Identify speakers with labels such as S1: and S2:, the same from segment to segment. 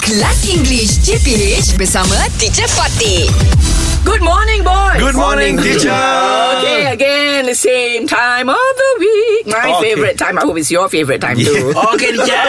S1: Kelas English CPH bersama Teacher Fatih.
S2: Good morning, boys.
S3: Good morning, teacher.
S2: Okay, again, the same time of the week. My
S3: Okay.
S2: favorite time. I hope it's your favorite time too.
S3: Okay, teacher.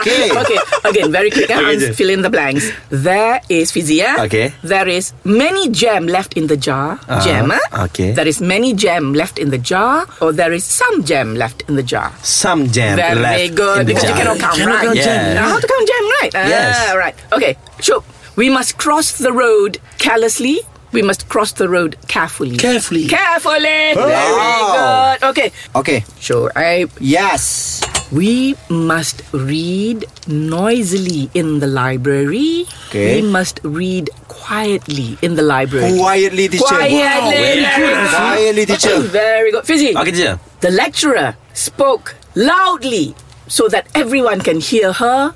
S3: Okay.
S2: okay, again, very quick. huh? I'm
S3: Okay, teacher.
S2: fill in the blanks. There is fizzy, yeah?
S3: Okay. Uh-huh.
S2: There is many jam left in the jar. Jam, huh?
S3: okay.
S2: There is many jam left in the jar, or there is some jam left in the jar.
S3: Some jam
S2: Very
S3: left
S2: good.
S3: in the
S2: Because you
S3: jar.
S2: cannot count,
S3: Cannot
S2: right?
S3: count jam.
S2: Now, how to count jam, right?
S3: Yes.
S2: Ah, right. Okay. So we must cross the road carelessly. We must cross the road carefully. Oh.
S4: Carefully.
S2: Carefully. Very
S4: Wow.
S2: good. Okay.
S4: Okay.
S2: So I
S4: Yes.
S2: we must read noisily in the library.
S4: Okay.
S2: We must read quietly in the library.
S4: Quietly, teacher.
S2: Quietly. Very
S3: very
S2: good.
S4: Quietly, teacher.
S2: Very good. Fizzy.
S3: Okay, teacher.
S2: The lecturer spoke loudly so that everyone can hear her.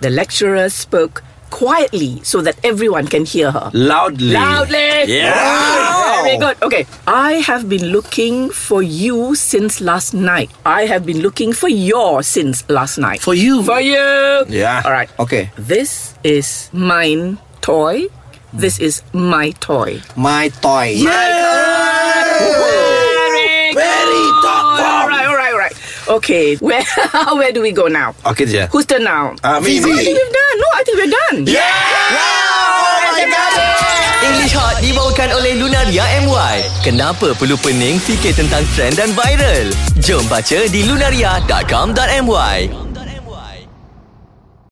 S2: The lecturer spoke quietly so that everyone can hear her.
S3: Loudly.
S2: Loudly!
S3: Yeah.
S2: Wow. Very good. Okay. I have been looking for you since last night. I have been looking for your since last night.
S4: For you.
S2: For you.
S3: Yeah.
S2: All right.
S4: Okay.
S2: This is mine toy. This is my toy.
S4: My toy. Yeah.
S2: Very,
S4: Very
S2: good.
S4: thoughtful.
S2: All right, all right, all right. Okay, where where do we go now?
S3: Okay, teacher.
S2: Who's turn now?
S3: Ah,
S2: I
S3: me,
S2: think
S3: me.
S2: we've done. No, I think we're done.
S3: Yeah.
S4: Oh
S5: English Hot dibawakan oleh Lunaria MY. Kenapa perlu pening fikir tentang trend dan viral? Jom baca di lunaria.com.my.